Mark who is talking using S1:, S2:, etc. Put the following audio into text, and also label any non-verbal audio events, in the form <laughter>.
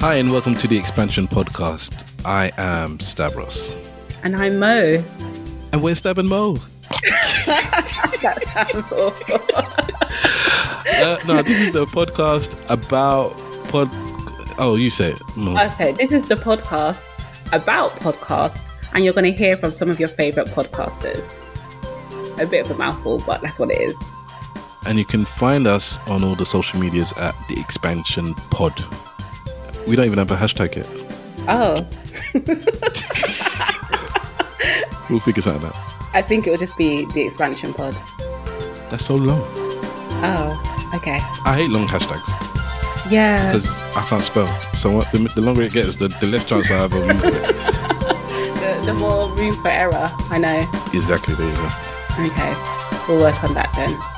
S1: Hi, and welcome to the Expansion Podcast. I am Stavros.
S2: And I'm <laughs> Mo.
S1: And we're Stab and Mo.
S2: That sounds awful.
S1: Uh, no, this is the podcast about pod. Oh, you say it. Mo.
S2: I say this is the podcast about podcasts, and you're going to hear from some of your favorite podcasters. A bit of a mouthful, but that's what it is.
S1: And you can find us on all the social medias at the Expansion Pod. We don't even have a hashtag yet.
S2: Oh,
S1: We'll figure something out.
S2: I think it will just be the expansion pod.
S1: That's so long.
S2: Oh, okay.
S1: I hate long hashtags
S2: Yeah,
S1: because I can't spell. So what, the, the longer it gets, the, the less chance I have of using it.
S2: the, the more room for error. I know.
S1: Exactly. There you go.
S2: Okay, we'll work on that then.